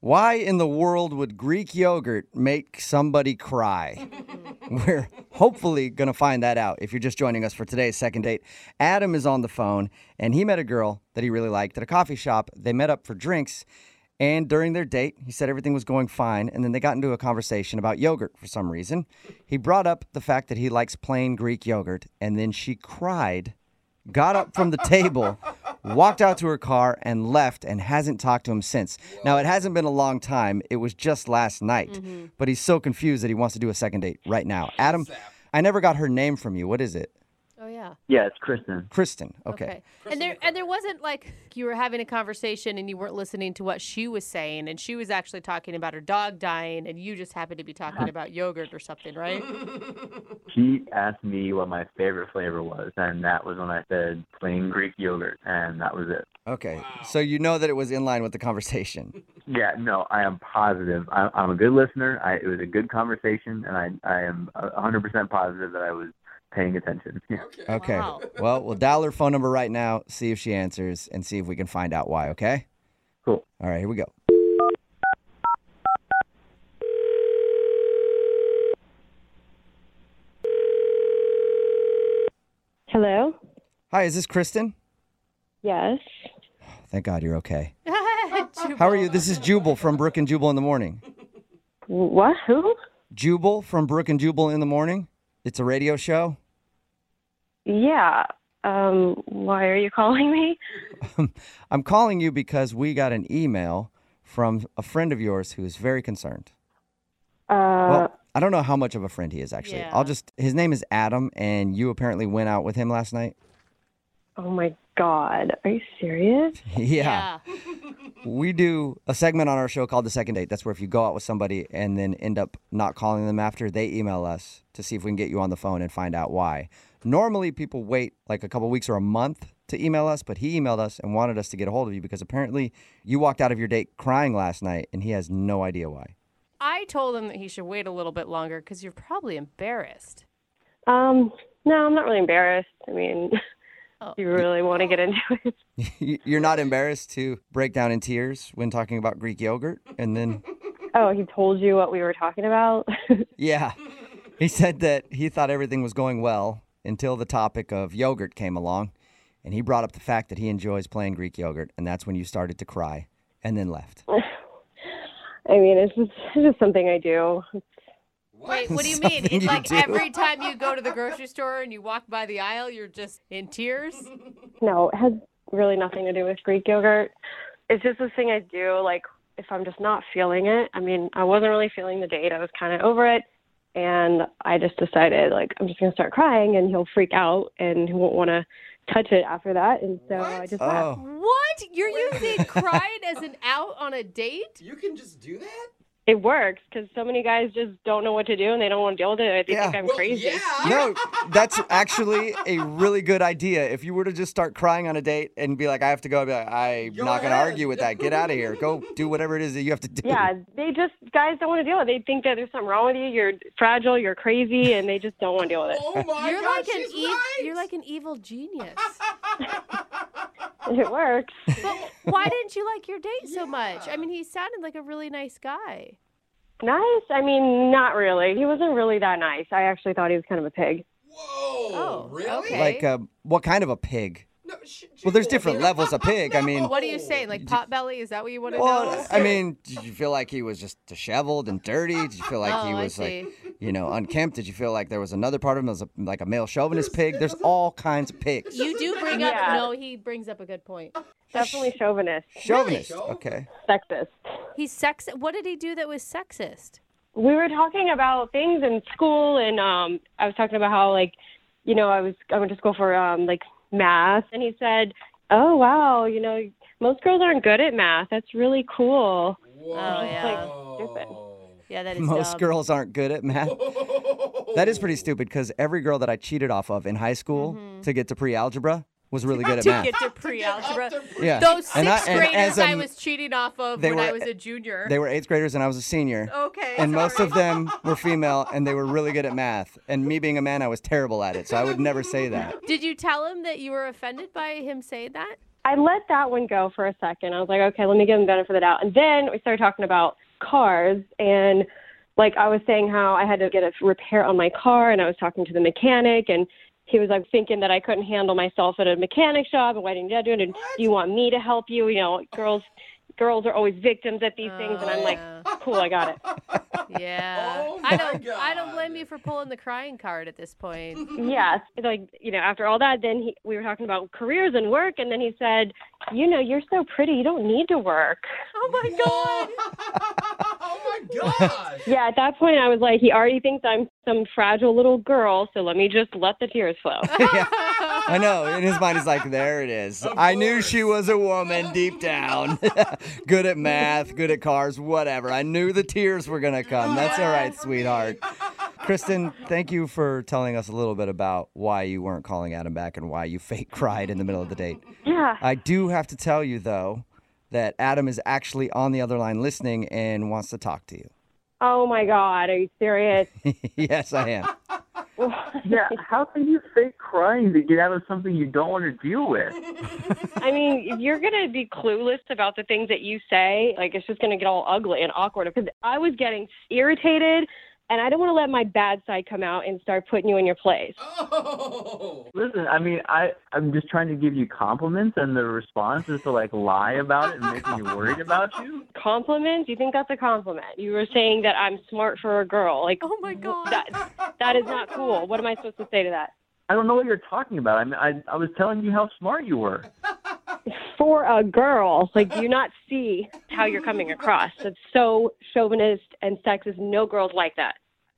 Why in the world would Greek yogurt make somebody cry? We're hopefully going to find that out if you're just joining us for today's second date. Adam is on the phone and he met a girl that he really liked at a coffee shop. They met up for drinks and during their date, he said everything was going fine and then they got into a conversation about yogurt for some reason. He brought up the fact that he likes plain Greek yogurt and then she cried, got up from the table, walked out to her car and left and hasn't talked to him since. Now, it hasn't been a long time. It was just last night. But he's so confused that he wants to do a second date right now. Adam, I never got her name from you. What is it? Oh yeah. Yeah, it's Kristen. Kristen. Okay. And there and there wasn't like you were having a conversation and you weren't listening to what she was saying and she was actually talking about her dog dying and you just happened to be Uh-huh. talking about yogurt or something, right? He asked me what my favorite flavor was, and that was when I said plain Greek yogurt, and that was it. Okay. So you know that it was in line with the conversation. Yeah, no, I am positive. I, I'm a good listener. I, it was a good conversation, and I, I am a 100% positive that I was paying attention. Yeah. Okay. Wow. Well, we'll dial her phone number right now, see if she answers, and see if we can find out why, okay? Cool. All right, here we go. Hello? Hi, is this Kristen? Yes. Thank God you're okay. Jubal. How are you? This is Jubal from Brook and Jubal in the Morning. What? Who? Jubal from Brook and Jubal in the Morning? It's a radio show. Yeah. Um, why are you calling me? I'm calling you because we got an email from a friend of yours who is very concerned. Uh, Well, I don't know how much of a friend he is actually. Yeah. I'll just his name is Adam and you apparently went out with him last night. oh my God. Are you serious? yeah. We do a segment on our show called The Second Date. That's where if you go out with somebody and then end up not calling them after, they email us to see if we can get you on the phone and find out why. Normally, people wait like a couple weeks or a month to email us, but he emailed us and wanted us to get a hold of you because apparently you walked out of your date crying last night and he has no idea why. I told him that he should wait a little bit longer because you're probably embarrassed. Um, no, I'm not really embarrassed. I mean, Oh. you really want to get into it? You- You're not embarrassed to break down in tears when talking about Greek yogurt and then. Oh, he told you what we were talking about? Yeah. He said that he thought everything was going well until the topic of yogurt came along. And he brought up the fact that he enjoys plain Greek yogurt. And that's when you started to cry and then left. I mean, it's just, it's just something I do. Wait, what do you mean? Something It's you like do. every time you go to the grocery store and you walk by the aisle, you're just in tears. No, it has really nothing to do with Greek yogurt. It's just this thing I do, like, if I'm just not feeling it. I mean, I wasn't really feeling the date. I was kind of over it. And I just decided, like, I'm just going to start crying, and he'll freak out and he won't want to touch it after that. And so I just laughed. Oh, What? You're using crying as an out on a date? You can just do that? it works because so many guys just don't know what to do and they don't want to deal with it. They Yeah. think I'm crazy. Yeah. no, that's actually a really good idea. If you were to just start crying on a date and be like, I have to go, I'd be like, I'm Go not going to ahead. argue with that. Get out of here. Go do whatever it is that you have to do. Yeah, they just guys don't want to deal with it. They think that there's something wrong with you. You're fragile. You're crazy, and they just don't want to deal with Oh my you're gosh, like an she's ev- right. you're like an evil genius. it. It works. but why didn't you like your date so much? I mean, he sounded like a really nice guy. Nice. I mean, not really. He wasn't really that nice. I actually thought he was kind of a pig. Whoa, Oh, really? okay. Like, uh, what kind of a pig? No, sh- Oh Well, there's Jubal, different no. levels of pig. I mean, What are you saying? Like potbelly? Is that what you want to know? Oh, Well, I mean, did you feel like he was just disheveled and dirty? Did you feel like he Oh, I was like, you know, unkempt? Did you feel like there was another part of him that was a, like a male chauvinist pig? There's all kinds of pigs. You do bring Yeah. up. No, he brings up a good point. Definitely chauvinist, Chauvinist. Really? Okay. sexist. He's sex. What did he do that was sexist? We were talking about things in school, and um, I was talking about how like, you know, I was I went to school for um like math, and he said, "Oh wow, you know, most girls aren't good at math. That's really cool." Oh, yeah. Just like stupid. Yeah, that is Most dumb. girls aren't good at math. That is pretty stupid because every girl that I cheated off of in high school to get to pre algebra was really good at Mm-hmm. to math. get to pre-algebra. yeah. Those sixth And I- and graders as a- I was cheating off of they when I were- was a junior. They were eighth graders and I was a senior. okay. and most sorry. of them were female and they were really good at math. And me being a man, I was terrible at it. So I would never say that. Did you tell him that you were offended by him saying that? I let that one go for a second. I was like, okay, let me give him the benefit of the doubt. And then we started talking about cars and like I was saying how I had to get a repair on my car and I was talking to the mechanic and he was like thinking that I couldn't handle myself at a mechanic shop and why didn't you do it? And do you want me to help you? You know, girls girls are always victims at these things and I'm like, Cool, I got it. Yeah. Oh I my don't I don't blame God. you for pulling the crying card at this point. yes. Like, you know, after all that then he we were talking about careers and work and then he said, You know, you're so pretty, you don't need to work. Oh my oh my gosh. Yeah, at that point, I was like, he already thinks I'm some fragile little girl, so let me just let the tears flow. yeah. I know. In his mind, he's like, there it is. Of I knew course. she was a woman deep down. good at math, good at cars, whatever. I knew the tears were going to come. That's all right, sweetheart. Kristen, thank you for telling us a little bit about why you weren't calling Adam back and why you fake cried in the middle of the date. yeah. I do have to tell you, though, that Adam is actually on the other line listening and wants to talk to you. Oh my God, are you serious? yes, I am. Yeah, how can you fake crying to get out of something you don't want to deal with? I mean, if you're gonna be clueless about the things that you say, like it's just gonna get all ugly and awkward. Because I was getting irritated, and I didn't want to let my bad side come out and start putting you in your place. Oh. Listen, I mean, I I'm just trying to give you compliments, and the response is to like lie about it and make me worried about you. Compliments? You think that's a compliment? You were saying that I'm smart for a girl. Like, Oh my god. that, that is not cool. What am I supposed to say to that? I don't know what you're talking about. I mean, I I was telling you how smart you were. for a girl. Like, do you not see how you're coming across? That's so chauvinist and sexist. No girls like that.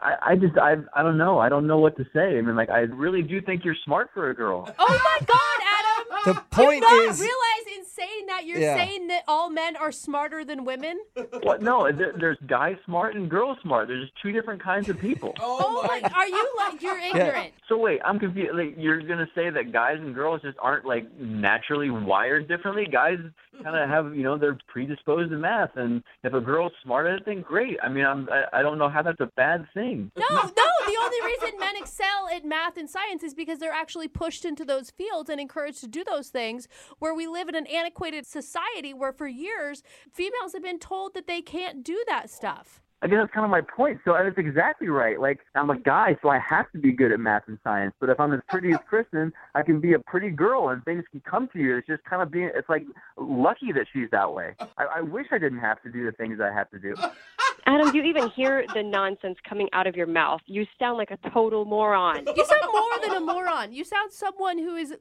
I I just I I don't know. I don't know what to say. I mean, like I really do think you're smart for a girl. Oh my god, Adam. The point you not is, realize in saying that you're Yeah. saying that all men are smarter than women? What? No, there, there's guy smart and girl smart. There's just two different kinds of people. Oh my are you like you're ignorant? So wait, I'm confused. Like, you're gonna say that guys and girls just aren't like naturally wired differently? Guys kind Mm-hmm. of have, you know, they're predisposed to math, and if a girl's smart at it, then great. I mean, I'm I, I don't know how that's a bad thing. No, no, the only reason men excel at math and science is because they're actually pushed into those fields and encouraged to do those things. Where we live in an antiquated society where for years females have been told that they can't do that stuff. I guess that's kind of my point. So that's exactly right. Like I'm a guy, so I have to be good at math and science. But if I'm as pretty as Kristen, I can be a pretty girl, and things can come to you. It's just kind of being. It's like lucky that she's that way. I, I wish I didn't have to do the things I have to do. Adam, do you even hear the nonsense coming out of your mouth? You sound like a total moron. You sound more than a moron. You sound someone who is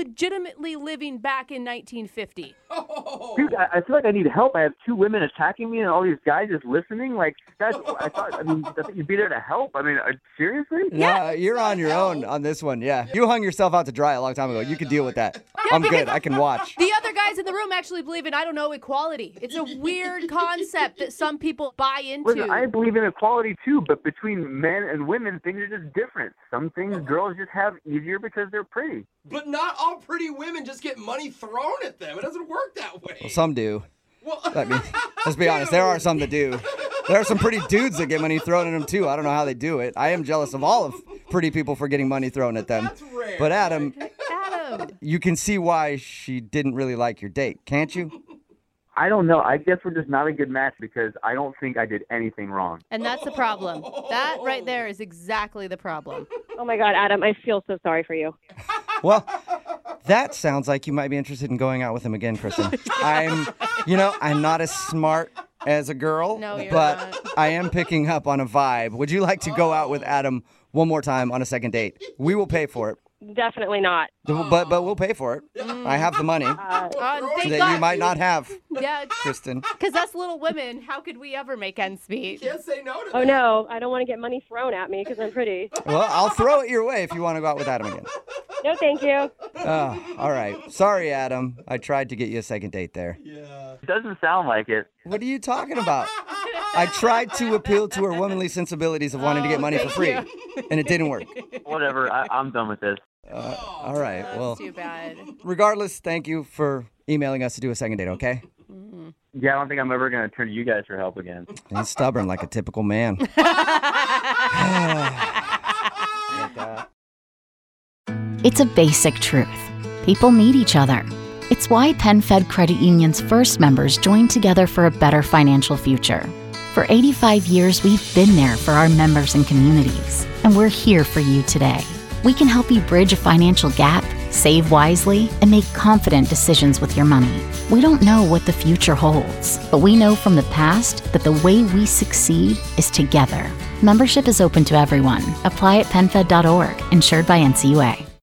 legitimately living back in 1950. Oh. Dude, I, I feel like I need help. I have two women attacking me and all these guys just listening. Like, that's, I thought, I mean, I thought you'd be there to help. I mean, uh, seriously? no, you're on your own on this one. Yeah. You hung yourself out to dry a long time ago. You can deal with that. I'm good. I can watch. The other guys in the room actually believe in I don't know equality. It's a weird concept that some people buy into. Listen, I believe in equality too, but between men and women, things are just different. Some things girls just have easier because they're pretty. But not all pretty women just get money thrown at them. It doesn't work that way. Some do. Well, I mean, let's be honest. There are some that do. There are some pretty dudes that get money thrown at them too. I don't know how they do it. I am jealous of all of pretty people for getting money thrown at them. That's rare. But Adam, Adam. you can see why she didn't really like your date, can't you? I don't know. I guess we're just not a good match because I don't think I did anything wrong. And that's the problem. That right there is exactly the problem. Oh my God, Adam, I feel so sorry for you. Well, that sounds like you might be interested in going out with him again, Kristen. I'm, you know, I'm not as smart as a girl, No, you're but not. I am picking up on a vibe. Would you like to go out with Adam one more time on a second date? We will pay for it, Definitely not. but but we'll pay for it. I have the money Um, thank that God. you might not have, Yeah, Kristen. because us little women, how could we ever make ends meet? Can't say no to Oh that. no, I don't want to get money thrown at me because I'm pretty. Well, I'll throw it your way if you want to go out with Adam again. No, thank you. Oh, all right. Sorry, Adam. I tried to get you a second date there. Yeah. yeah. It doesn't sound like it. What are you talking about? I tried to appeal to her womanly sensibilities of wanting to get money for free, and it didn't work. Whatever. I, I'm done with this. Uh, all right. Well, Too bad. regardless, thank you for emailing us to do a second date, okay? Yeah, I don't think I'm ever gonna turn to you guys for help again. He's stubborn like a typical man. It's a basic truth. People need each other. It's why PenFed Credit Union's first members joined together for a better financial future. For 85 years, we've been there for our members and communities, and we're here for you today. We can help you bridge a financial gap, save wisely, and make confident decisions with your money. We don't know what the future holds, but we know from the past that the way we succeed is together. Membership is open to everyone. Apply at penfed.org, insured by NCUA.